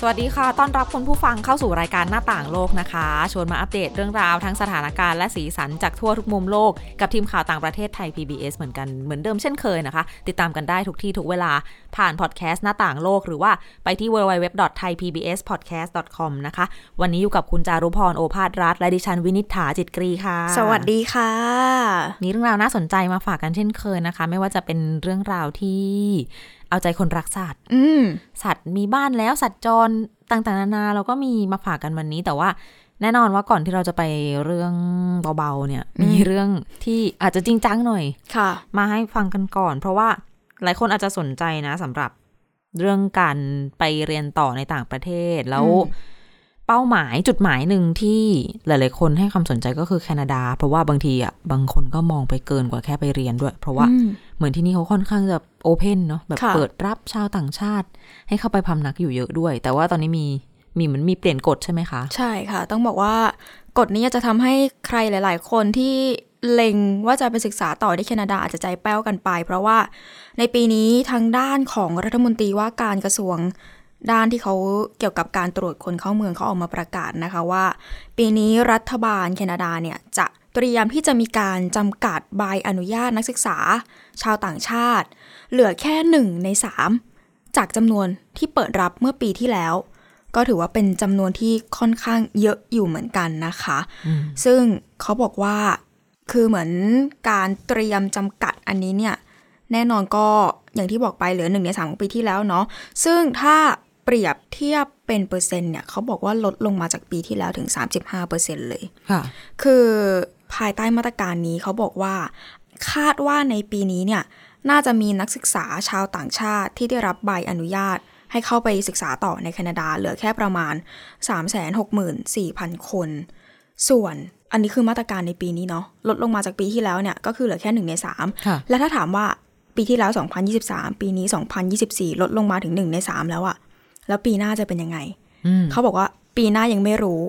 สวัสดีค่ะ ต้อนรับคุณผู้ฟังเข้าสู่รายการหน้าต่างโลกนะคะ ชวนมาอัปเดตเรื่องราวทั้งสถานการณ์และสีสันจากทั่วทุกมุมโลก กับทีมข่าวต่างประเทศไทย PBS เหมือนกัน เหมือนเดิมเช่นเคยนะคะ ติดตามกันได้ทุกที่ทุกเวลาผ่านพอดแคสต์หน้าต่างโลก หรือว่าไปที่ www.thaipbspodcast.com นะคะ วันนี้อยู่กับคุณจารุพรโอภาสรัฐและดิฉันวินิษฐาจิตกรีค่ะ สวัสดีค่ะ มีเรื่องราวน่าสนใจมาฝากกันเช่นเคยนะคะ ไม่ว่าจะเป็นเรื่องราวที่เอาใจคนรักสัตว อืม สัตว์มีบ้านแล้วสัตว์จรต่างๆนานาเราก็มีมาฝากกันวันนี้ แต่ว่าแน่นอนว่าก่อนที่เราจะไปเรื่องเบาๆเนี่ย อืม มีเรื่องที่อาจจะจริงจังหน่อย ค่ะ มาให้ฟังกันก่อน เพราะว่าหลายคนอาจจะสนใจนะสำหรับเรื่องการไปเรียนต่อในต่างประเทศแล้ว อืม เป้าหมายจุดหมายหนึ่งที่หลาย ๆ คนให้ความสนใจก็คือแคนาดา เพราะว่าบางทีอ่ะบางคนก็มองไปเกินกว่าแค่ไปเรียนด้วย เพราะว่า อืม เหมือนที่นี่เขาค่อนข้างจะโอเพนเนาะแบบ ค่ะ เปิดรับชาวต่างชาติ ให้เข้าไปพำนักอยู่เยอะด้วย แต่ว่าตอนนี้มีมีเหมือนมีเปลี่ยนกฎใช่ไหมคะ ใช่ค่ะ ต้องบอกว่ากฎนี้จะทำให้ใครหลาย ๆ คนที่เล็งว่าจะไปศึกษาต่อที่แคนาดาอาจจะใจแป้วกันไป เพราะว่าในปีนี้ทางด้านของรัฐมนตรีว่าการกระทรวงด้านที่เขาเกี่ยวกับการตรวจคนเข้าเมืองเขาออกมาประกาศนะคะว่า ปีนี้รัฐบาลแคนาดาเนี่ยจะเตรียมที่จะมีการจำกัดใบอนุญาตนักศึกษา ชาวต่างชาติ เหลือแค่หนึ่งในสามจากจำนวนที่เปิดรับเมื่อปีที่แล้ว ก็ถือว่าเป็นจำนวนที่ค่อนข้างเยอะอยู่เหมือนกันนะคะ อืม ซึ่งเขาบอกว่าคือเหมือนการเตรียมจำกัดอันนี้เนี่ย แน่นอนก็อย่างที่บอกไปเหลือหนึ่งในสามของปีที่แล้วเนาะซึ่งถ้าเปรียบเทียบเป็นเปอร์เซ็นต์เนี่ยเขาบอกว่าลดลงมาจากปีที่แล้วถึง 35%เลย ค่ะ คือภายใต้มาตรการนี้เขาบอกว่า คาดว่าในปีนี้เนี่ยน่าจะมีนักศึกษาชาวต่างชาติที่ได้รับใบอนุญาต ให้เข้าไปศึกษาต่อในแคนาดาเหลือแค่ประมาณ 364,000 คน ส่วนอันนี้คือมาตรการในปีนี้เนาะลดลงมาจากปีที่แล้วเนี่ยก็คือเหลือแค่หนึ่งในสาม ค่ะ และถ้าถามว่าปีที่แล้ว 2023 ปีนี้ 2024 ลดลงมาถึง 1 ใน 3 แล้วอะแล้วปีหน้าจะเป็นยังไง อืม เขาบอกว่าปีหน้ายังไม่รู้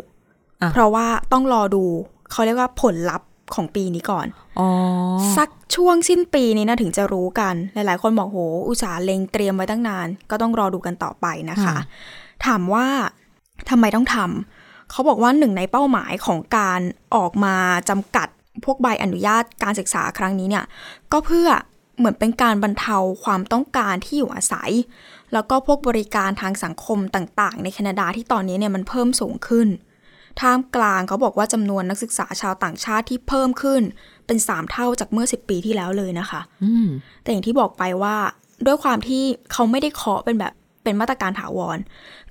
อ่ะ เพราะว่าต้องรอดู เขาเรียกว่าผลลัพธ์ของปีนี้ก่อน อ๋อ สักช่วงสิ้นปีนี้นะถึงจะรู้กัน หลายๆ คนบอกโห อุตสาห์เล็งเตรียมไว้ตั้งนาน ก็ต้องรอดูกันต่อไปนะคะ ถามว่าทำไมต้องทำเขาบอกว่าหนึ่งในเป้าหมายของการออกมาจำกัดพวกใบอนุญาตการศึกษาครั้งนี้เนี่ย ก็เพื่อเหมือนเป็นการบรรเทาความต้องการที่อยู่อาศัย แล้วก็พวกบริการทางสังคมต่าง ๆ ในแคนาดาที่ตอนนี้เนี่ยมันเพิ่มสูงขึ้น ท่ามกลางเขาบอกว่าจำนวนนักศึกษาชาวต่างชาติที่เพิ่มขึ้น เป็น 3 เท่าจากเมื่อ 10 ปีที่แล้วเลยนะคะ อืม แต่อย่างที่บอกไปว่าด้วยความที่เขาไม่ได้เคาะเป็นแบบเป็นมาตรการถาวร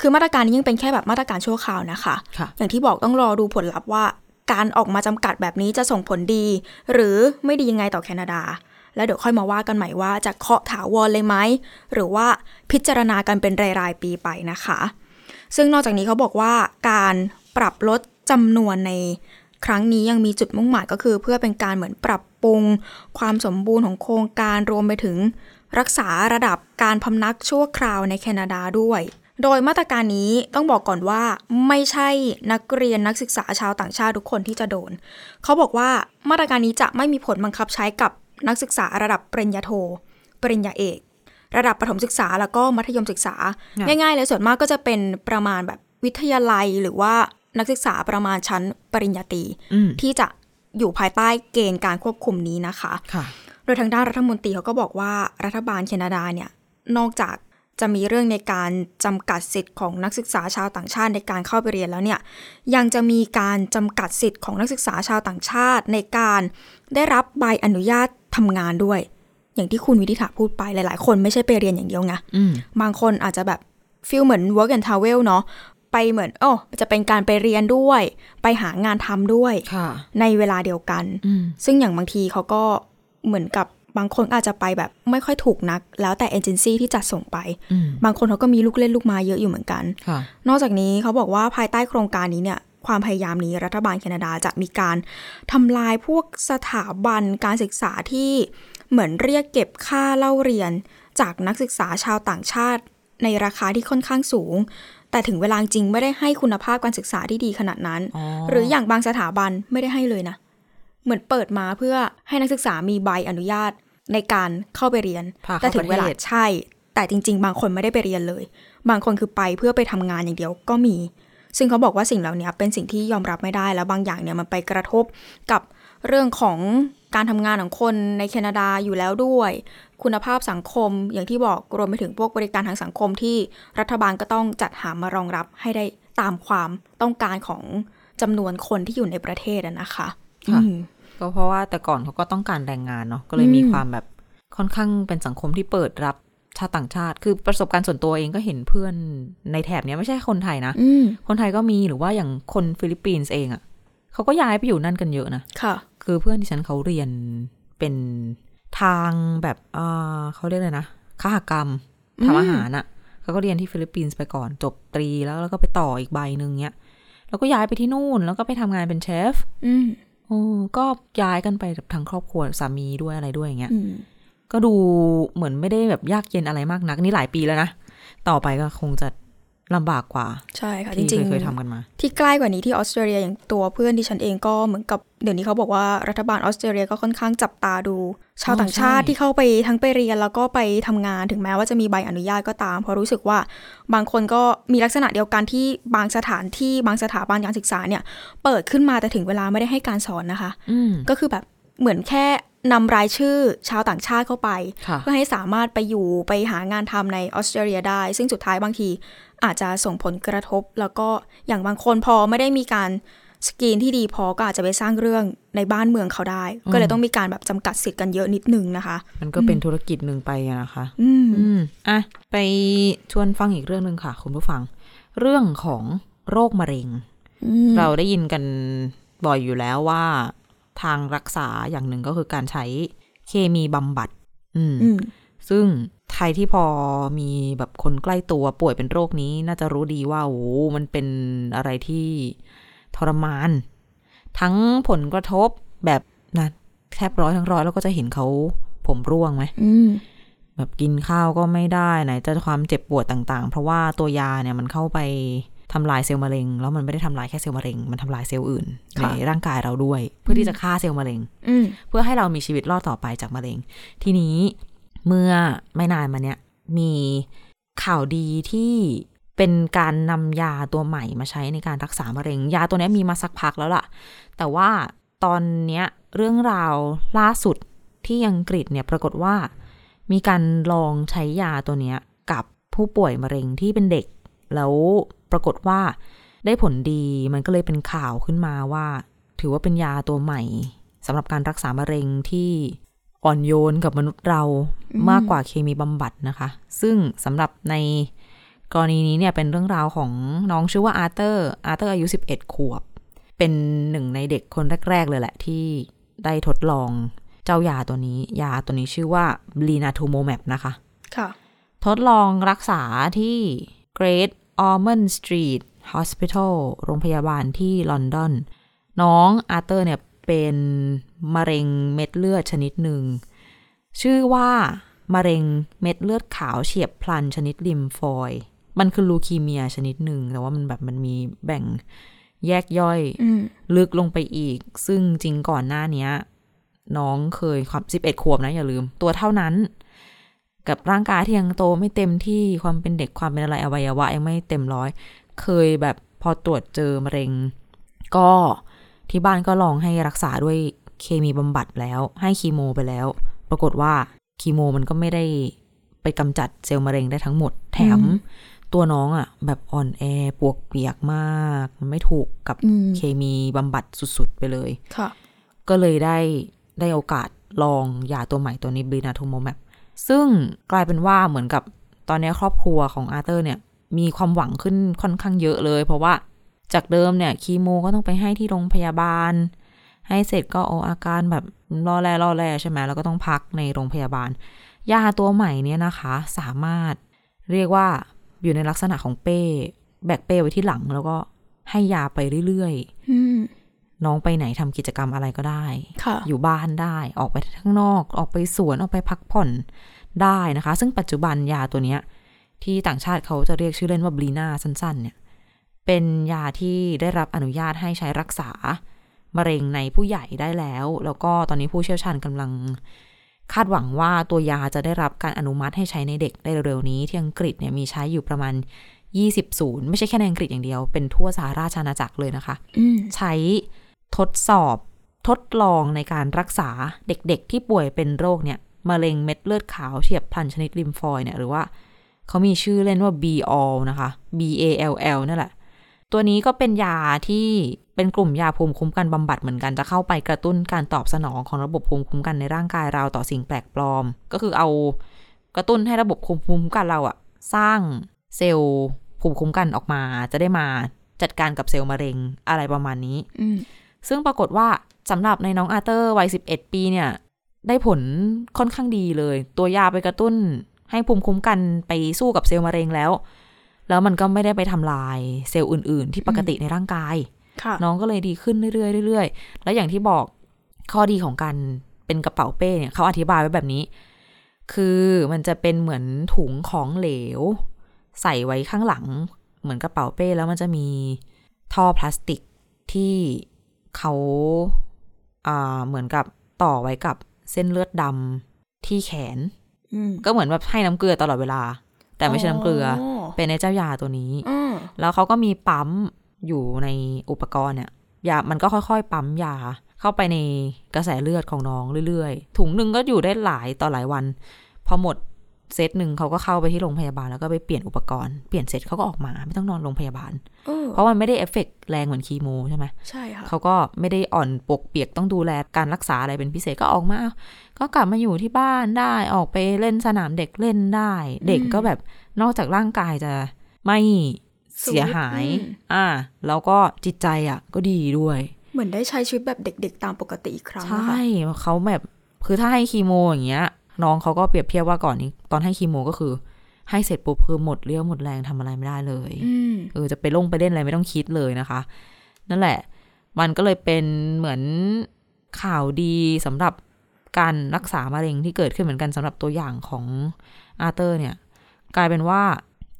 คือมาตรการนี้ยังเป็นแค่แบบมาตรการชั่วคราวนะคะ ค่ะ อย่างที่บอกต้องรอดูผลลัพธ์ว่า การออกมาจำกัดแบบนี้จะส่งผลดี หรือไม่ดียังไงต่อแคนาดา แล้วเดี๋ยวค่อยมาว่ากันใหม่ว่าจะเคาะถาวรเลยไหม หรือว่าพิจารณากันเป็นรายๆปีไปนะคะ ซึ่งนอกจากนี้เขาบอกว่าการปรับลดจำนวนในครั้งนี้ยังมีจุดมุ่งหมายก็คือ เพื่อเป็นการเหมือนปรับปรุง ความสมบูรณ์ของโครงการรวมไปถึง รักษาระดับการพำนักชั่วคราวในแคนาดาด้วย โดยมาตรการนี้ต้องบอกก่อนว่าไม่ใช่นักเรียนนักศึกษาชาวต่างชาติทุกคนที่จะโดน เขาบอกว่ามาตรการนี้จะไม่มีผลบังคับใช้กับนักศึกษาระดับปริญญาโท ปริญญาเอก ระดับประถมศึกษาแล้วก็มัธยมศึกษา ค่ะ ง่ายๆเลยส่วนมากก็จะเป็นประมาณแบบวิทยาลัยหรือว่านักศึกษาประมาณชั้นปริญญาตรี อืม ที่จะอยู่ภายใต้เกณฑ์การควบคุมนี้นะคะ ค่ะ โดยทางด้านรัฐมนตรีเขาก็บอกว่ารัฐบาลแคนาดาเนี่ย นอกจากจะมีเรื่องในการจำกัดสิทธิ์ของนักศึกษาชาวต่างชาติในการเข้าไปเรียนแล้วเนี่ย ยังจะมีการจำกัดสิทธิ์ของนักศึกษาชาวต่างชาติ ในการได้รับใบอนุญาตทำงานด้วย อย่างที่คุณวิธิฐาพูดไปหลายๆ คนไม่ใช่ไปเรียนอย่างเดียวไง อืม บางคนอาจจะแบบฟีลเหมือน work and travel เนาะไปเหมือนโอ้จะเป็นการไปเรียนด้วย ไปหางานทำด้วย ค่ะ ในเวลาเดียวกัน อืม ซึ่งอย่างบางทีเขาก็เหมือนกับบางคนอาจจะไปแบบไม่ค่อยถูกนัก แล้วแต่เอเจนซี่ที่จัดส่งไป อืม บางคนเขาก็มีลูกเล่นลูกไมาเยอะอยู่เหมือนกัน ค่ะ นอกจากนี้เขาบอกว่าภายใต้โครงการนี้เนี่ยความพยายามนี้รัฐบาลแคนาดาจะมีการทำลายพวกสถาบันการศึกษาที่เหมือนเรียกเก็บค่าเล่าเรียน จากนักศึกษาชาวต่างชาติ ในราคาที่ค่อนข้างสูง แต่ถึงเวลาจริงไม่ได้ให้คุณภาพการศึกษาที่ดีขนาดนั้น อ๋อ หรืออย่างบางสถาบันไม่ได้ให้เลยนะ เหมือนเปิดมาเพื่อให้นักศึกษามีใบอนุญาตในการเข้าไปเรียน พาเข้า แต่ถึงเวลา ประเทศ ใช่ แต่จริง ๆ บางคนไม่ได้ไปเรียนเลย บางคนคือไปเพื่อไปทำงานอย่างเดียวก็มี ซึ่งเขาบอกว่าสิ่งเหล่านี้เป็นสิ่งที่ยอมรับไม่ได้แล้วบางอย่างเนี่ยมันไปกระทบกับเรื่องของการทำงานของคนในแคนาดาอยู่แล้วด้วย คุณภาพสังคมอย่างที่บอกรวมไปถึงพวกบริการทางสังคมที่รัฐบาลก็ต้องจัดหามารองรับให้ได้ตามความต้องการของจำนวนคนที่อยู่ในประเทศอะนะคะ ค่ะ อืม ก็เพราะว่าแต่ก่อนเขาก็ต้องการแรงงานเนาะก็เลยมี อืม ความแบบค่อนข้างเป็นสังคมที่เปิดรับชาติต่างชาติ คือประสบการณ์ส่วนตัวเองก็เห็นเพื่อนในแถบเนี้ยไม่ใช่คนไทยนะ อืม คนไทยก็มีหรือว่าอย่างคนฟิลิปปินส์เองอะ่ะเขาก็ย้ายไปอยู่นั่นกันเยอะนะ ค่ะ คือเพื่อนที่ฉันเขาเรียนเป็นทางแบบอ่าเขาเรียกเลยนะคหกรรม อืม ทำอาหารอะ่ะเขาก็เรียนที่ฟิลิปปินส์ไปก่อนจบตรีแล้วแล้วก็ไปต่ออีกใบหนึ่งเนี้ยแล้วก็ย้ายไปที่นู่นแล้วก็ไปทำงานเป็นเชฟ อืม โอ้ก็ย้ายกันไปแบบทั้งครอบครัวสามีด้วยอะไรด้วยอย่างเงี้ย อืม ก็ดูเหมือนไม่ได้แบบยากเย็นอะไรมากนัก นี่หลายปีแล้วนะ ต่อไปก็คงจะลำบากกว่า ใช่ค่ะจ ที่ ริง เคย ๆ ๆทำกันมา ที่ใกล้กว่านี้ที่ออสเตรเลียอย่างตัวเพื่อนที่ฉันเองก็เหมือนกับเดี๋ยวนี้เขาบอกว่ารัฐบาลออสเตรเลียก็ค่อนข้างจับตาดู ชาว อ๋อ ต่างชาติ ใช่ ที่เข้าไปทั้งไปเรียนแล้วก็ไปทำงานถึงแม้ว่าจะมีใบอนุญาตก็ตาม เพราะรู้สึกว่าบางคนก็มีลักษณะเดียวกันที่บางสถานที่บางสถาบันการศึกษาเนี่ย เปิดขึ้นมาแต่ถึงเวลาไม่ได้ให้การสอนนะคะ อืม ก็คือแบบเหมือนแค่นำรายชื่อชาวต่างชาติเข้าไป ค่ะ เพื่อให้สามารถไปอยู่ไปหางานทำในออสเตรเลียได้ ซึ่งสุดท้ายบางทีอาจจะส่งผลกระทบ แล้วก็อย่างบางคนพอไม่ได้มีการสกรีนที่ดีพอก็อาจจะไปสร้างเรื่องในบ้านเมืองเขาได้ ก็เลยต้องมีการแบบจำกัดสิทธิ์กันเยอะนิดนึงนะคะ มันก็เป็นธุรกิจหนึ่งไปอะนะคะ อืม อืมอ่ะไปชวนฟังอีกเรื่องหนึ่งค่ะ คุณผู้ฟัง เรื่องของโรคมะเร็ง อืม เราได้ยินกันบ่อยอยู่แล้วว่า ทางรักษาอย่างหนึ่งก็คือการใช้เคมีบำบัด อืม อืม ซึ่งไทยที่พอมีแบบคนใกล้ตัวป่วยเป็นโรคนี้ น่าจะรู้ดีว่าโอ้โหมันเป็นอะไรที่ทรมาน ทั้งผลกระทบแบบนะแทบร้อยทั้งร้อยแล้วก็จะเห็นเขาผมร่วงไหม อืม แบบกินข้าวก็ไม่ได้ไหนจะความเจ็บปวดต่างๆ เพราะว่าตัวยาเนี่ยมันเข้าไปทำลายเซลล์มะเร็ง แล้วมันไม่ได้ทำลายแค่เซลล์มะเร็ง มันทำลายเซลล์อื่นในร่างกายเราด้วย เพื่อที่จะฆ่าเซลล์มะเร็ง อืม เพื่อให้เรามีชีวิตรอดต่อไปจากมะเร็ง ทีนี้เมื่อไม่นานมาเนี้ยมีข่าวดีที่เป็นการนำยาตัวใหม่มาใช้ในการรักษามะเร็ง ยาตัวเนี้ยมีมาสักพักแล้วล่ะ แต่ว่าตอนเนี้ยเรื่องราวล่าสุดที่อังกฤษเนี่ยปรากฏว่า มีการลองใช้ยาตัวเนี้ยกับผู้ป่วยมะเร็งที่เป็นเด็ก แล้วปรากฏว่าได้ผลดีมันก็เลยเป็นข่าวขึ้นมาว่า ถือว่าเป็นยาตัวใหม่ สำหรับการรักษามะเร็งที่อ่อนโยนกับมนุษย์เรามากกว่าเคมีบำบัดนะคะ ซึ่งสำหรับในกรณีนี้เนี่ยเป็นเรื่องราวของน้องชื่อว่าอาร์เตอร์อาร์เตอร์อายุ 11 ขวบ เป็นหนึ่งในเด็กคนแรก ๆ เลยแหละ ที่ได้ทดลองเจ้ายาตัวนี้ ยาตัวนี้ชื่อว่าลีนาทูโมแมปนะคะ ค่ะ ทดลองรักษาที่ Great Ormond Street Hospital โรงพยาบาลที่ลอนดอน น้องอาร์เตอร์เนี่ยเป็นมะเร็งเม็ดเลือดชนิดหนึ่ง ชื่อว่ามะเร็งเม็ดเลือดขาวเฉียบพลันชนิดลิมฟอยด์มันคือลูคีเมียชนิดหนึ่ง แต่ว่ามันแบบมันมีแบ่งแยกย่อย อืม ลึกลงไปอีก ซึ่งจริงก่อนหน้าเนี้ย น้องเคยความสิบเอ็ดขวบนะอย่าลืม ตัวเท่านั้น กับร่างกายที่ยังโตไม่เต็มที่ความเป็นเด็กความเป็นอะไรอวัยวะยังไม่เต็มร้อย เคยแบบพอตรวจเจอมะเร็ง ก็ที่บ้านก็ลองให้รักษาด้วยเคมีบำบัดแล้ว ให้คีโมไปแล้ว ปรากฏว่าคีโมมันก็ไม่ได้ไปกำจัดเซลล์มะเร็งได้ทั้งหมด แถม ตัวน้องอะ่ะ แบบอ่อนแอปวกเปียกมากมันไม่ถูกกับ อืม เคมีบำบัดสุด ๆ ไปเลย ค่ะ ก็เลยได้ได้โอกาสลองยาตัวใหม่ตัวนี้บรีนาทูโมแมปซึ่งกลายเป็นว่าเหมือนกับตอนนี้ครอบครัวของอาร์เตอร์เนี่ย มีความหวังขึ้นค่อนข้างเยอะเลย เพราะว่าจากเดิมเนี่ยคีโมก็ต้องไปให้ที่โรงพยาบาล ให้เสร็จก็โออาการแบบรอแลรอแลใช่ไหมแล้วก็ต้องพักในโรงพยาบาล ยาตัวใหม่เนี่ยนะคะ สามารถเรียกว่าอยู่ในลักษณะของเป้แบกเป้ไว้ที่หลังแล้วก็ให้ยาไปเรื่อยๆ อืม น้องไปไหนทำกิจกรรมอะไรก็ได้ ค่ะ อยู่บ้านได้ ออกไปข้างนอก ออกไปสวน ออกไปพักผ่อนได้นะคะ ซึ่งปัจจุบันยาตัวเนี้ย ที่ต่างชาติเขาจะเรียกชื่อเล่นว่าบลีนาสั้นๆเนี่ยเป็นยาที่ได้รับอนุญาตให้ใช้รักษามะเร็งในผู้ใหญ่ได้แล้ว แล้วก็ตอนนี้ผู้เชี่ยวชาญกำลัง คาดหวังว่าตัวยาจะได้รับการอนุมัติให้ใช้ในเด็กได้เร็วๆนี้ที่อังกฤษเนี่ยมีใช้อยู่ประมาณ 20ศูนย์ไม่ใช่แค่ในอังกฤษอย่างเดียว เป็นทั่วสหราชอาณาจักรเลยนะคะ อืม ใช้ทดสอบทดลองในการรักษาเด็กๆ ที่ป่วยเป็นโรคเนี่ยมะเร็งเม็ดเลือดขาวเฉียบพลันชนิดลิมฟอยด์เนี่ยหรือว่าเขามีชื่อเล่นว่า B all นะคะ B A L L นั่นแหละ ตัวนี้ก็เป็นยาที่เป็นกลุ่มยาภูมิคุ้มกันบำบัดเหมือนกันจะเข้าไปกระตุ้นการตอบสนองของระบบภูมิคุ้มกันในร่างกายเราต่อสิ่งแปลกปลอม ก็คือเอากระตุ้นให้ระบบภูมิคุ้มกันเราอะสร้างเซลล์ภูมิคุ้มกันออกมา จะได้มาจัดการกับเซลล์มะเร็งอะไรประมาณนี้ อืม ซึ่งปรากฏว่าสำหรับในน้องอาร์เตอร์วัย 11 ปีเนี่ย ได้ผลค่อนข้างดีเลย ตัวยาไปกระตุ้นให้ภูมิคุ้มกันไปสู้กับเซลล์มะเร็งแล้ว แล้วมันก็ไม่ได้ไปทำลายเซลล์อื่น ๆ ที่ปกติในร่างกาย ค่ะ น้องก็เลยดีขึ้นเรื่อยๆเรื่อยๆ แล้วอย่างที่บอกข้อดีของการเป็นกระเป๋าเป้เนี่ยเขาอธิบายไว้แบบนี้ คือมันจะเป็นเหมือนถุงของเหลว ใส่ไว้ข้างหลัง เหมือนกระเป๋าเป้แล้วมันจะมีท่อพลาสติกที่เขาอ่าเหมือนกับต่อไว้กับเส้นเลือดดำที่แขน อืม ก็เหมือนแบบให้น้ำเกลือตลอดเวลา แต่ไม่ใช่น้ำเกลือ เป็นในเจ้ายาตัวนี้ อืม แล้วเขาก็มีปั๊มอยู่ในอุปกรณ์เนี่ยยามันก็ค่อยๆ ปั๊มยาเข้าไปในกระแสเลือดของน้องเรื่อยๆ ถุงหนึ่งก็อยู่ได้หลายต่อหลายวัน พอหมดเซตหนึ่งเขาก็เข้าไปที่โรงพยาบาลแล้วก็ไปเปลี่ยนอุปกรณ์ เปลี่ยนเสร็จเขาก็ออกมาไม่ต้องนอนโรงพยาบาล เออ เพราะมันไม่ได้เอฟเฟกต์แรงเหมือนคีโมใช่ไหม ใช่ค่ะ เขาก็ไม่ได้อ่อนปวกเปียกต้องดูแลการรักษาอะไรเป็นพิเศษก็ออกมา ก็กลับมาอยู่ที่บ้านได้ออกไปเล่นสนามเด็กเล่นได้ เด็กก็แบบนอกจากร่างกายจะไม่เสียหาย สุดอืม อ่า แล้วก็จิตใจอ่ะ ก็ดีด้วย เหมือนได้ใช้ชีวิตแบบเด็ก ๆ ตามปกติอีกครั้งนะ ใช่ คะ เขาแบบคือถ้าให้คีโมอย่างเงี้ย น้องเขาก็เปรียบเทียบว่าก่อนนี้ตอนให้คีโมก็คือ ให้เสร็จปุ๊บคือหมดเรี่ยวหมดแรงทำอะไรไม่ได้เลย อืม เออจะไปลงไปเล่นอะไรไม่ต้องคิดเลยนะคะ นั่นแหละ มันก็เลยเป็นเหมือนข่าวดีสำหรับการรักษามะเร็งที่เกิดขึ้นเหมือนกันสำหรับตัวอย่างของอาร์เตอร์เนี่ย กลายเป็นว่า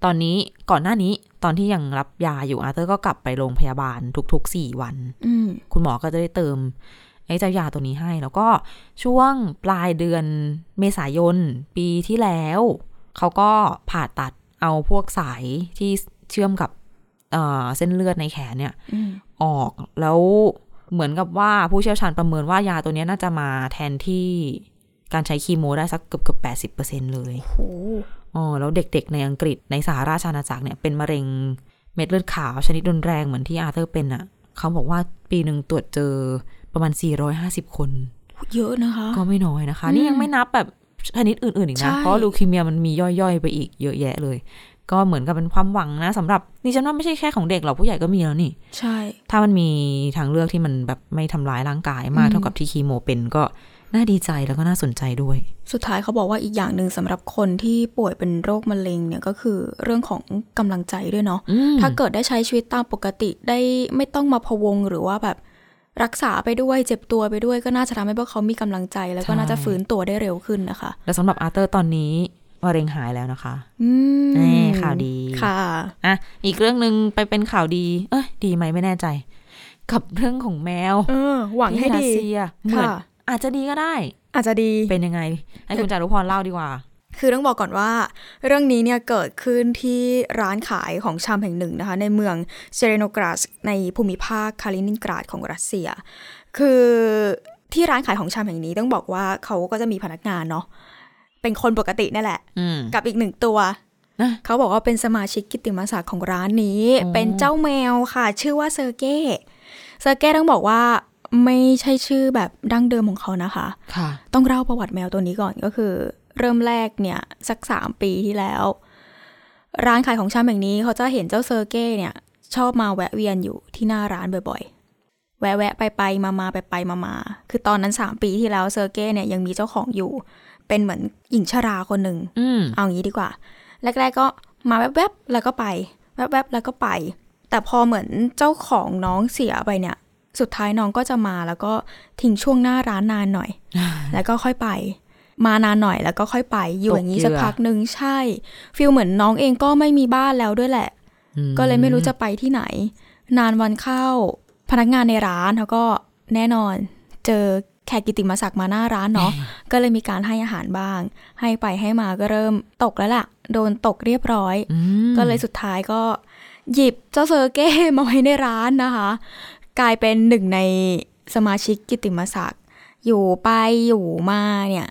ตอนนี้ก่อนหน้านี้ตอนที่ยังรับยาอยู่อาร์เตอร์ก็กลับไปโรงพยาบาลทุกๆ 4 วัน อืม คุณหมอก็จะได้เติมไอ้เจ้ายาตัวนี้ให้ แล้วก็ช่วงปลายเดือนเมษายน ปีที่แล้ว เขาก็ผ่าตัดเอาพวกสายที่เชื่อมกับเอ่อเส้นเลือดในแขนเนี่ย อืม ออกแล้วเหมือนกับว่าผู้เชี่ยวชาญประเมินว่ายาตัวเนี้ยน่าจะมาแทนที่การใช้คีโมได้สักเกือบเกือบแปดสิบเปอร์เซ็นเลย โห อ๋อแล้วเด็กๆ ในอังกฤษในสหราชอาณาจักรเนี่ยเป็นมะเร็งเม็ดเลือดขาวชนิดรุนแรงเหมือนที่อาร์เธอร์เป็นอะ่ะ เขาบอกว่าปีหนึ่งตรวจเจอประมาณ 450 คน เยอะนะคะ ก็ไม่น้อยนะคะ อืม นี่ยังไม่นับแบบชนิดอื่นๆอีก ใช่ นะ เพราะลูคีเมียมันมีย่อยๆ ไปอีกเยอะแยะเลย ก็เหมือนกับเป็นความหวังนะสำหรับนี่ฉันว่าไม่ใช่แค่ของเด็กหรอกผู้ใหญ่ก็มีแล้วนี่ ใช่ ถ้ามันมีทางเลือกที่มันแบบไม่ทำร้ายร่างกายมากเท่ากับที่คีโมเป็นก็น่าดีใจแล้วก็น่าสนใจด้วย สุดท้ายเขาบอกว่าอีกอย่างหนึ่งสำหรับคนที่ป่วยเป็นโรคมะเร็งเนี่ยก็คือเรื่องของกำลังใจด้วยเนาะ อืม ถ้าเกิดได้ใช้ชีวิตตามปกติได้ไม่ต้องมาพะวงหรือว่าแบบรักษาไปด้วยเจ็บตัวไปด้วยก็น่าจะทำให้พวกเขามีกำลังใจ แล้วก็ ใช่ น่าจะฟื้นตัวได้เร็วขึ้นนะคะ แล้วสำหรับอาร์เตอร์ตอนนี้มะเร็งหายแล้วนะคะ อืม แน่ข่าวดี ค่ะ อ่ะอีกเรื่องหนึ่งไปเป็นข่าวดี เอ้ยดีไหมไม่แน่ใจ กับเรื่องของแมว เออ หวังให้ ที่รั ดี สเซียเหมือน ค่ะ อาจจะดีก็ได้ อาจจะดี เป็นยังไง ให้คุณจารุพรเล่าดีกว่า คือต้องบอกก่อนว่า เรื่องนี้เนี่ยเกิดขึ้นที่ร้านขายของชำแห่งหนึ่งนะคะ ในเมืองเชเรโนกราสในภูมิภาคคาลินินกราดของรัสเซีย คือที่ร้านขายของชำแห่งนี้ต้องบอกว่าเขาก็จะมีพนักงานเนาะเป็นคนปกตินั่นแหละ อืม กับอีกหนึ่งตัว นะ เขาบอกว่าเป็นสมาชิกกิตติมศักดิ์ของร้านนี้ อ๋อ เป็นเจ้าแมวค่ะ ชื่อว่าเซอร์เก้เซอร์เก้ต้องบอกว่าไม่ใช่ชื่อแบบดั้งเดิมของเขานะคะ ค่ะ ต้องเล่าประวัติแมวตัวนี้ก่อนก็คือ เริ่มแรกเนี่ย สักสามปีที่แล้ว ร้านขายของชำแห่งนี้เขาจะเห็นเจ้าเซอร์เก้เนี่ย ชอบมาแวะเวียนอยู่ที่หน้าร้านบ่อยๆ แวะๆไปไปมามาๆไปไปมามาๆคือตอนนั้นสามปีที่แล้วเซอร์เก้เนี่ยยังมีเจ้าของอยู่ เป็นเหมือนหญิงชราคนหนึ่ง อืม เอางี้ดีกว่า แรก ๆก็มาแวบๆ แล้วก็ไป แวบๆ แล้วก็ไป แต่พอเหมือนเจ้าของน้องเสียไปเนี่ย สุดท้ายน้องก็จะมาแล้วก็ทิ้งช่วงหน้าร้านนานหน่อย แล้วก็ค่อยไป มานานหน่อยแล้วก็ค่อยไปอยู่อย่างนี้ ตกเหยื่ สัก อ พักหนึ่งใช่ฟิลเหมือนน้องเองก็ไม่มีบ้านแล้วด้วยแหละ อื ก็เลยไม่รู้จะไปที่ไหน นานวันเข้า พนักงานในร้านเขาก็แน่นอน เจอแขกกิติมศักดิ์มาหน้าร้าน เนาะ ก็เลยมีการให้อาหารบ้าง ให้ไปให้มาก็เริ่มตกแล้วล่ะ โดนตกเรียบร้อย อืม ก็เลยสุดท้ายก็หยิบเจ้าเซอร์เก้ มาไว้ในร้านนะคะ กลายเป็นหนึ่งในสมาชิกกิตติมศักดิ์อยู่ไปอยู่มาเนี่ย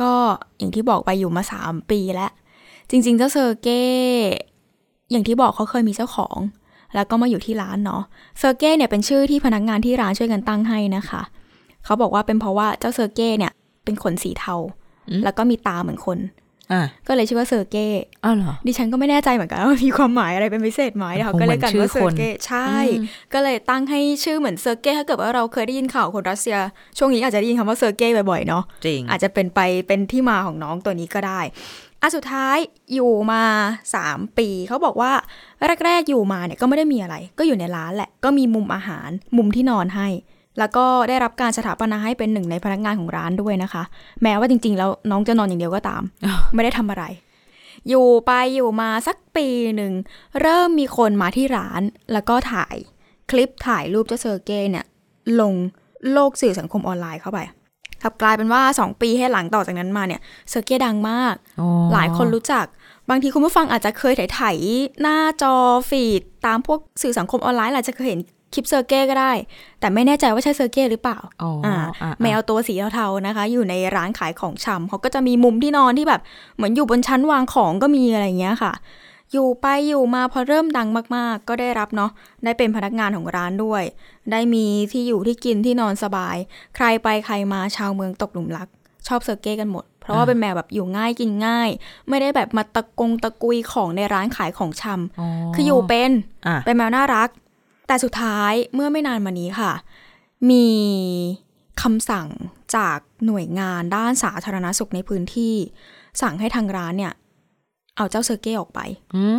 ก็อย่างที่บอกไปอยู่มาสามปีแล้ว จริงๆ เจ้าเซอร์เก้อย่างที่บอกเขาเคยมีเจ้าของ แล้วก็มาอยู่ที่ร้านเนาะเซอร์เก้เนี่ยเป็นชื่อที่พนักงานที่ร้านช่วยกันตั้งให้นะคะ เขาบอกว่าเป็นเพราะว่าเจ้าเซอร์เก้เนี่ยเป็นขนสีเทา แล้วก็มีตาเหมือนคน อ่ะ ก็เลยชื่อว่าเซอร์เก้ อ้าวเหรอ ดิฉันก็ไม่แน่ใจเหมือนกันว่ามีความหมายอะไรเป็นพิเศษไหมนะคะ คง ก็ เหมื เล อย น กัน ชื่อ ว่าเซอ คน ร์เก้ใช่ อืม ก็เลยตั้งให้ชื่อเหมือนเซอร์เก้ถ้าเกิดว่าเราเคยได้ยินข่าวคนรัสเซีย ช่วงนี้อาจจะได้ยินคำว่าเซอร์เก้บ่อยๆเนาะ จริง อาจจะเป็นไปเป็นที่มาของน้องตัวนี้ก็ได้อ่ะสุดท้ายอยู่มา 3 ปีเขาบอกว่าแรก ๆอยู่มาเนี่ยก็ไม่ได้มีอะไร ก็อยู่ในร้านแหละก็มีมุมอาหารมุมที่นอนให้ แล้วก็ได้รับการสถาปนาให้เป็นหนึ่งในพนักงานของร้านด้วยนะคะ แม้ว่าจริงๆ แล้วน้องจะนอนอย่างเดียวก็ ตาม ไม่ได้ทำอะไร อยู่ไปอยู่มาสักปีหนึ่ง เริ่มมีคนมาที่ร้านแล้วก็ถ่ายคลิปถ่ายรูปเจ้าเซอร์เก้เนี่ย ลงโลกสื่อสังคมออนไลน์เข้าไปครับกลายเป็นว่า 2 ปีให้หลังต่อจากนั้นมาเนี่ยเซอร์เก้ดังมาก อ๋อ หลายคนรู้จัก บางทีคุณผู้ฟังอาจจะเคยไถ่ายๆหน้าจอฟีด ตามพวกสื่อสังคมออนไลน์อาจจะเคยเห็นคลิปเซอร์เก้ก็ได้ แต่ไม่แน่ใจว่าใช่เซอร์เก้หรือเปล่า อ๋ออ่ะ อ่า อ่ะ แมวตัวสีเทาๆนะคะ อยู่ในร้านขายของชำเขาก็จะมีมุมที่นอนที่แบบ เหมือนอยู่บนชั้นวางของก็มีอะไรอย่างเงี้ยค่ะ อยู่ไปอยู่มาพอเริ่มดังมากๆ ก็ได้รับเนาะได้เป็นพนักงานของร้านด้วย ได้มีที่อยู่ที่กินที่นอนสบาย ใครไปใครมาชาวเมืองตกหลุมรัก ชอบเซอร์เก้กันหมด เพราะว่า อ่า เป็นแมวแบบอยู่ง่ายกินง่าย ไม่ได้แบบมาตะกงตะกุยของในร้านขายของชำคืออยู่เป็น อ่ะ เป็นแมวน่ารัก แต่สุดท้ายเมื่อไม่นานมานี้ค่ะ มีคำสั่งจากหน่วยงานด้านสาธารณสุขในพื้นที่ สั่งให้ทางร้านเนี่ย เอาเจ้าเซอร์เก้ออกไป อืม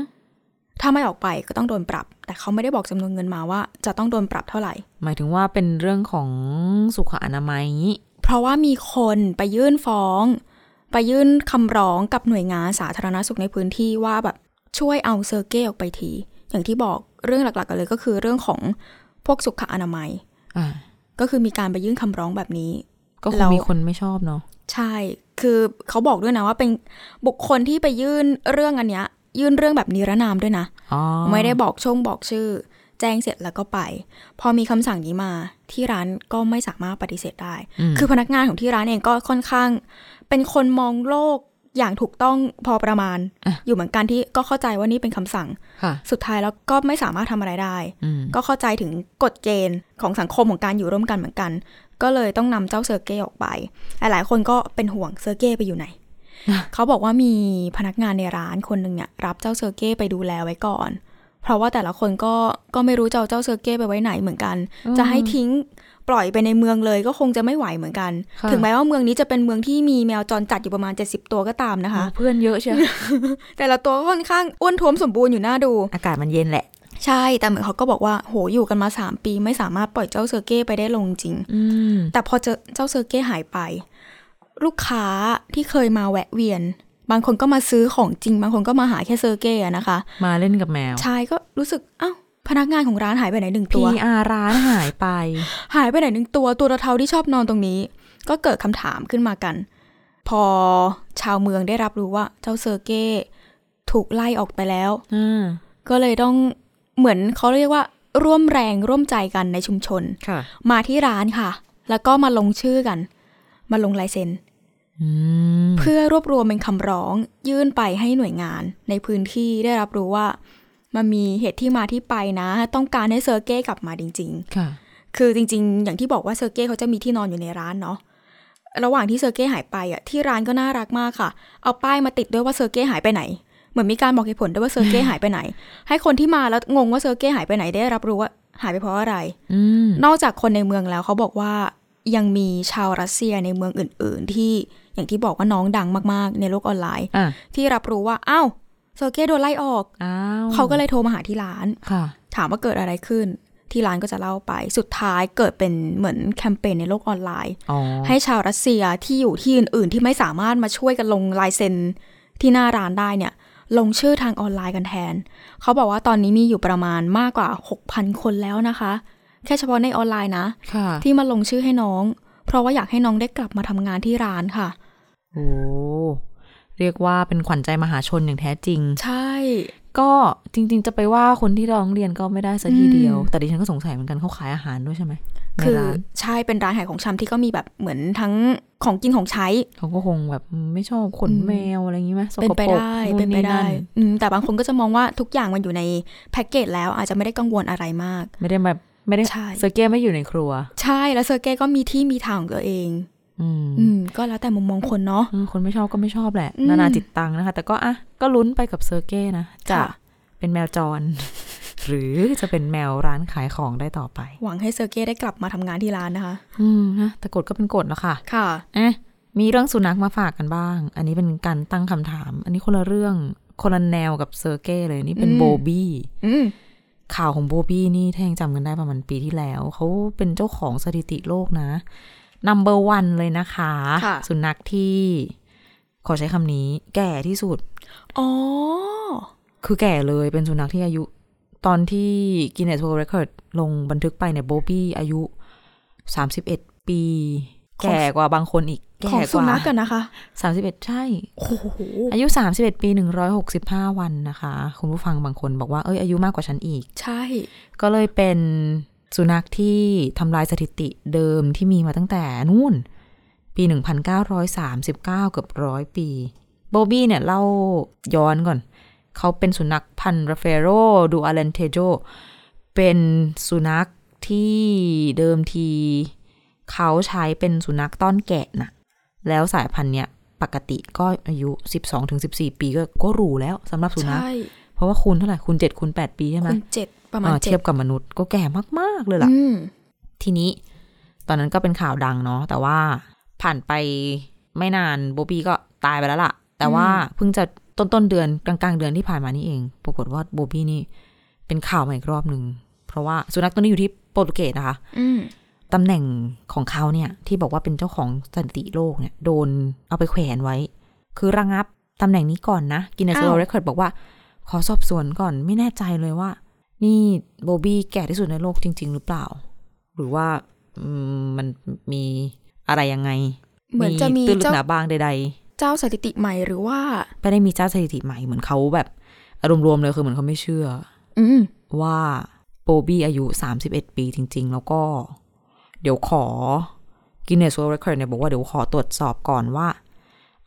ถ้าไม่ออกไปก็ต้องโดนปรับ แต่เขาไม่ได้บอกจำนวนเงินมาว่า จะต้องโดนปรับเท่าไหร่ หมายถึงว่าเป็นเรื่องของสุขอนามัยงี้ เพราะว่ามีคนไปยื่นฟ้อง ไปยื่นคำร้องกับหน่วยงานสาธารณสุขในพื้นที่ว่าแบบช่วยเอาเซอร์เก้ออกไปที อย่างที่บอกเรื่องหลักๆกันเลยก็คือเรื่องของพวกสุขอนามัย อ่ะ ก็คือมีการไปยื่นคำร้องแบบนี้ ก็คง เรามี มีคนไม่ชอบเนาะ ใช่ คือเขาบอกด้วยนะว่าเป็นบุคคลที่ไปยื่นเรื่องอันเนี้ย ยื่นเรื่องแบบนิรนามด้วยนะ อ๋อ ไม่ได้บอกช่งบอกชื่อ แจ้งเสร็จแล้วก็ไป พอมีคำสั่งนี้มาที่ร้านก็ไม่สามารถปฏิเสธได้ ม คือพนักงานของที่ร้านเองก็ค่อนข้าง เป็นคนมองโลกอย่างถูกต้องพอประมาณ อยู่เหมือนกันที่ก็เข้าใจว่านี่เป็นคำสั่ง ค่ะ สุดท้ายแล้วก็ไม่สามารถทำอะไรได้ อืม ก็เข้าใจถึงกฎเกณฑ์ของสังคมของการอยู่ร่วมกันเหมือนกัน ก็เลยต้องนำเจ้าเซอร์เก้ออกไป หลายๆคนก็เป็นห่วงเซอร์เก้ไปอยู่ไหน เขาบอกว่ามีพนักงานในร้านคนหนึ่งเนี่ยรับเจ้าเซอร์เก้ไปดูแลไว้ก่อน เพราะว่าแต่ละคนก็ก็ไม่รู้จะเอาเจ้าเซอร์เก้ไปไว้ไหนเหมือนกัน จะให้ทิ้งปล่อยไปในเมืองเลยก็คงจะไม่ไหวเหมือนกัน ค่ะ ถึงแม้ว่าเมืองนี้จะเป็นเมืองที่มีแมวจรจัดอยู่ประมาณ 70 ตัวก็ตามนะ โอ้ คะ เพื่อนเยอะเชียว แต่ละตัวก็ค่อนข้างอ้วนท้วมสมบูรณ์อยู่น่าดู อากาศมันเย็นแหละ ใช่ แต่เหมือนเขาก็บอกว่า โห อยู่กันมา 3 ปีไม่สามารถปล่อยเจ้าเซอร์เก้ไปได้ลงจริง อืม แต่พอเจอเจ้าเซอร์เก้หายไป ลูกค้าที่เคยมาแวะเวียน บางคนก็มาซื้อของจริง บางคนก็มาหาแค่เซอร์เก้อะนะคะ มาเล่นกับแมว ชายก็รู้สึก อ้าว พนักงานของร้านหายไปไหนหนึ่งตั พี ว อาร้านหายไป หายไปไหนหนึ่งตัว ตัวระเทาที่ชอบนอนตรงนี้ ก็เกิดคำถามขึ้นมากัน พอชาวเมืองได้รับรู้ว่าเจ้าเซอร์เก้ถูกไล่ออกไปแล้ว อ่า ก็เลยต้องเหมือนเขาเรียกว่า ร่วมแรงร่วมใจกันในชุมชน ค่ะ มาที่ร้านค่ะ แล้วก็มาลงชื่อกัน มาลงลายเซ็น อืม เพื่อรวบรวมเป็นคำร้อง ยื่นไปให้หน่วยงานในพื้นที่ได้รับรู้ว่า มันมีเหตุที่มาที่ไปนะ ต้องการให้เซอร์เก้กลับมาจริง ค่ะ ๆ คือจริง ๆ อย่างที่บอกว่าเซอร์เก้เขาจะมีที่นอนอยู่ในร้านเนาะระหว่างที่เซอร์เก้หายไปอ่ะที่ร้านก็น่ารักมากค่ะ เอาป้ายมาติดด้วยว่าเซอร์เก้หายไปไหน เหมือนมีการบอกเหตุผลด้วยว่าเซอร์เก้หายไปไหน ให้คนที่มาแล้วงงว่าเซอร์เก้หายไปไหนได้รับรู้ว่าหายไปเพราะอะไร อืม นอกจากคนในเมืองแล้วเขาบอกว่ายังมีชาวรัสเซียในเมืองอื่น ๆ ที่อย่างที่บอกว่าน้องดังมากๆ ในโลกออนไลน์ อ่ะ ที่รับรู้ว่าอ้าวเซอร์เก้โดนไล่ออก อ้าว เขาก็เลยโทรมาหาที่ร้าน ค่ะ ถามว่าเกิดอะไรขึ้น ที่ร้านก็จะเล่าไปสุดท้ายเกิดเป็นเหมือนแคมเปญในโลกออนไลน์ อ๋อ ให้ชาวรัสเซียที่อยู่ที่อื่น ๆ ที่ไม่สามารถมาช่วยกันลงลายเซ็นที่หน้าร้านได้เนี่ย ลงชื่อทางออนไลน์กันแทน เขาบอกว่าตอนนี้มีอยู่ประมาณมากกว่า 6,000 คนแล้วนะคะ แค่เฉพาะในออนไลน์นะ ค่ะ ที่มาลงชื่อให้น้อง เพราะว่าอยากให้น้องได้กลับมาทำงานที่ร้านค่ะ โอ้เรียกว่าเป็นขวัญใจมหาชนอย่างแท้จริง ใช่ ก็จริง ๆ จะไปว่าคนที่ร้องเรียนก็ไม่ได้ซะทีเดียว อืม แต่ดิฉันก็สงสัยเหมือนกันเขาขายอาหารด้วยใช่ไหมใน คือ ร้าน ใช่เป็นร้านขายของชำที่ก็มีแบบเหมือนทั้งของกินของใช้ เขาก็คงแบบไม่ชอบขน อืม แมวอะไรอย่างนี้ไหมสก เป็นไป รก ได้ นู่ เป็นไปได้ นั่ อืมแต่บางคนก็จะมองว่าทุกอย่างมันอยู่ในแพ็กเกจแล้วอาจจะไม่ได้กังวลอะไรมาก ไม่ได้แบบไม่ได้ ใช่ เซอร์เก้ไม่อยู่ในครัว ใช่แล้วเซอร์เก้ก็มีที่มีทางของตัวเอง อืม อืม ก็แล้วแต่มุมมองคนเนาะ เออคนไม่ชอบก็ไม่ชอบแหละ อืม นานาจิตตังนะคะ แต่ก็อ่ะก็ลุ้นไปกับเซอร์เก้นะจะ ค่ เป็นแมวจร หรือจะเป็นแมวร้านขายของได้ต่อไป หวังให้เซอร์เก้ได้กลับมาทำงานที่ร้านนะคะ อืมนะแต่กฎก็เป็นกฎแล้วค่ะ ค่ะ เอ๊ะมีเรื่องสุนัขมาฝากกันบ้าง อันนี้เป็นการตั้งคำถาม อันนี้คนละเรื่องคนละแนวกับเซอร์เก้เลยนี่เป็น อืม โบบี้ อืม ข่าวของโบบี้นี่ถ้ายังจำกันได้ประมาณปีที่แล้ว เขาเป็นเจ้าของสถิติโลกนะนัมเบอร์วันเลยนะคะ ค่ะ สุนัขที่ ขอใช้คำนี้ แก่ที่สุด อ๋อ คือแก่เลยเป็นสุนัขที่อายุ ตอนที่ Guinness World Record ลงบันทึกไปเนี่ยโบบี้อายุ 31 ปี ของ แก่กว่าบางคนอีก แก่ ของ ก สุนั ว่า ขกันนะคะ สามสิบเอ็ดใช่ โอ้โห อายุ 31 ปี 165 วันนะคะ คุณผู้ฟังบางคนบอกว่าเอ้ยอายุมากกว่าฉันอีก ใช่ ก็เลยเป็นสุนัขที่ทำลายสถิติเดิมที่มีมาตั้งแต่นู่น ปี 1939 เกือบร้อยปีโบบี้เนี่ยเล่าย้อนก่อน เขาเป็นสุนัขพันธุ์ราเฟโรดูอาเลนเทโจเป็นสุนัขที่เดิมที เขาใช้เป็นสุนัขต้อนแกะนะแล้วสายพันธุ์เนี่ยปกติก็อายุ 12-14 ปีก็ก็หรูแล้วสำหรับสุนัข ใช่ เพราะว่าคูณเท่าไหร่คูณ7คูณ8ปีใช่ไหม คุณเจ็ดประมาณ อ่า เจ็ เทีย ด บกับมนุษย์ก็แก่มาก ๆ เลยล่ะ อืม ทีนี้ ตอนนั้นก็เป็นข่าวดังเนาะแต่ว่าผ่านไปไม่นานโบบี้ก็ตายไปแล้วล่ะ แต่ว่าเพิ่งจะต้นต้นๆเดือนกลางๆ เดือนที่ผ่านมานี่เอง ปรากฏว่าโบบี้นี่เป็นข่าวมาอีกรอบหนึ่ง เพราะว่าสุนัขตัวนี้อยู่ที่โปรตุเกสนะคะ อืม ตำแหน่งของเขาเนี่ยที่บอกว่าเป็นเจ้าของสถิติโลกเนี่ยโดนเอาไปแขวนไว้ คือระงับตำแหน่งนี้ก่อนนะกินเนส อ้าว เวิลด์เรคคอร์ดบอกว่าขอสอบสวนก่อนไม่แน่ใจเลยว่า นี่โบบี้แก่ที่สุดในโลกจริง ๆ หรือเปล่า หรือว่าอืมมันมีอะไรยังไง เหมือนจะมี ตื้นลึก เจ้า หนาบางใด เจ้าสถิติใหม่หรือว่า ๆ ไม่ได้มีเจ้าสถิติใหม่เหมือนเขาแบบอารมณ์รวมเลยคือเหมือนเขาไม่เชื่อ อืม ว่าโบบี้อายุ 31 ปีจริง ๆ แล้วก็ เดี๋ยวขอ Guinness World Record เนี่ยบอกว่าเดี๋ยวขอตรวจสอบก่อนว่า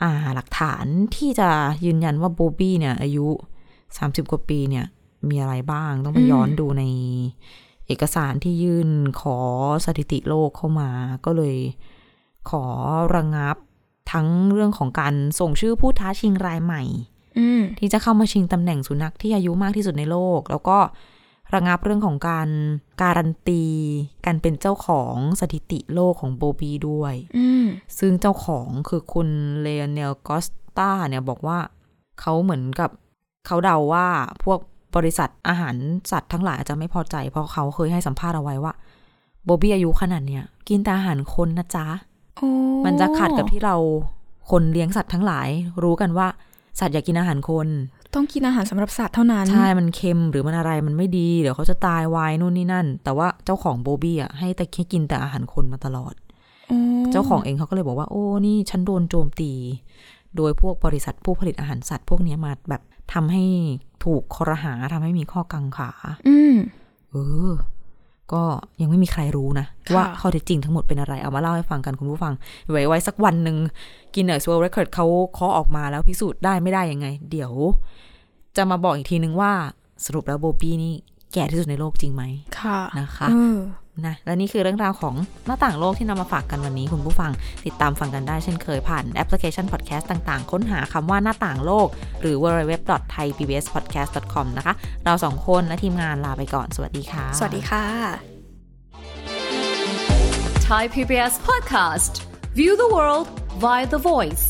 อ่า หลักฐานที่จะยืนยันว่าโบบี้เนี่ย อายุ 30 กว่าปีเนี่ย มีอะไรบ้างต้องไป อืม ย้อนดูในเอกสารที่ยื่นขอสถิติโลกเข้ามา ก็เลยขอระงงับทั้งเรื่องของการส่งชื่อผู้ท้าชิงรายใหม่ อืม ที่จะเข้ามาชิงตำแหน่งสุนัขที่อายุมากที่สุดในโลก แล้วก็ระงับเรื่องของการการันตี การเป็นเจ้าของสถิติโลกของโบบีด้วย อืม ซึ่งเจ้าของคือคุณเลเนลกอสตาเนี่ยบอกว่าเขาเหมือนกับเขาเดาว่าพวกบริษัทอาหารสัตว์ทั้งหลายอาจจะไม่พอใจ เพราะเขาเคยให้สัมภาษณ์เอาไว้ว่าโบบี้อายุขนาดเนี้ยกินแต่อาหารคนนะจ๊ะ โอ้ มันจะขัดกับที่เราคนเลี้ยงสัตว์ทั้งหลาย รู้กันว่าสัตว์อยากกินอาหารคน ต้องกินอาหารสำหรับสัตว์เท่านั้น ใช่ มันเค็มหรือมันอะไรมันไม่ดี เดี๋ยวเขาจะตายวายนู่นนี่นั่น แต่ว่าเจ้าของโบบี้อ่ะให้แต่แค่กินแต่อาหารคนมาตลอด โอ้ เจ้าของเองเขาก็เลยบอกว่า โอ้นี่ฉันโดนโจมตี โดยพวกบริษัทผู้ผลิตอาหารสัตว์พวกเนี้ยมาแบบทำให้ถูกคอรหาทำให้มีข้อกังขา อืม เออ ก็ยังไม่มีใครรู้นะ ค่ะ ว่าข้อเท็จจริงทั้งหมดเป็นอะไร เอามาเล่าให้ฟังกันคุณผู้ฟัง ไว้ไว้สักวันหนึ่งกินเนอร์สเวิลด์เรคคอร์ดเขาเคาะออกมาแล้วพิสูจน์ได้ไม่ได้ยังไง เดี๋ยว จะมาบอกอีกทีนึงว่าสรุปแล้วโบบี้นี่แก่ที่สุดในโลกจริงไหม ค่ะ นะคะ เออ นะและนี่คือเรื่องราวของหน้าต่างโลกที่นำมาฝากกันวันนี้คุณผู้ฟัง ติดตามฟังกันได้เช่นเคยผ่านแอปพลิเคชันพอดแคสต์ต่างๆ ค้นหาคำว่าหน้าต่างโลก หรือ www.thaipbspodcast.com นะคะ เราสองคนและทีมงานลาไปก่อน สวัสดีค่ะ สวัสดีค่ะ Thai PBS podcast. View the world via the voice.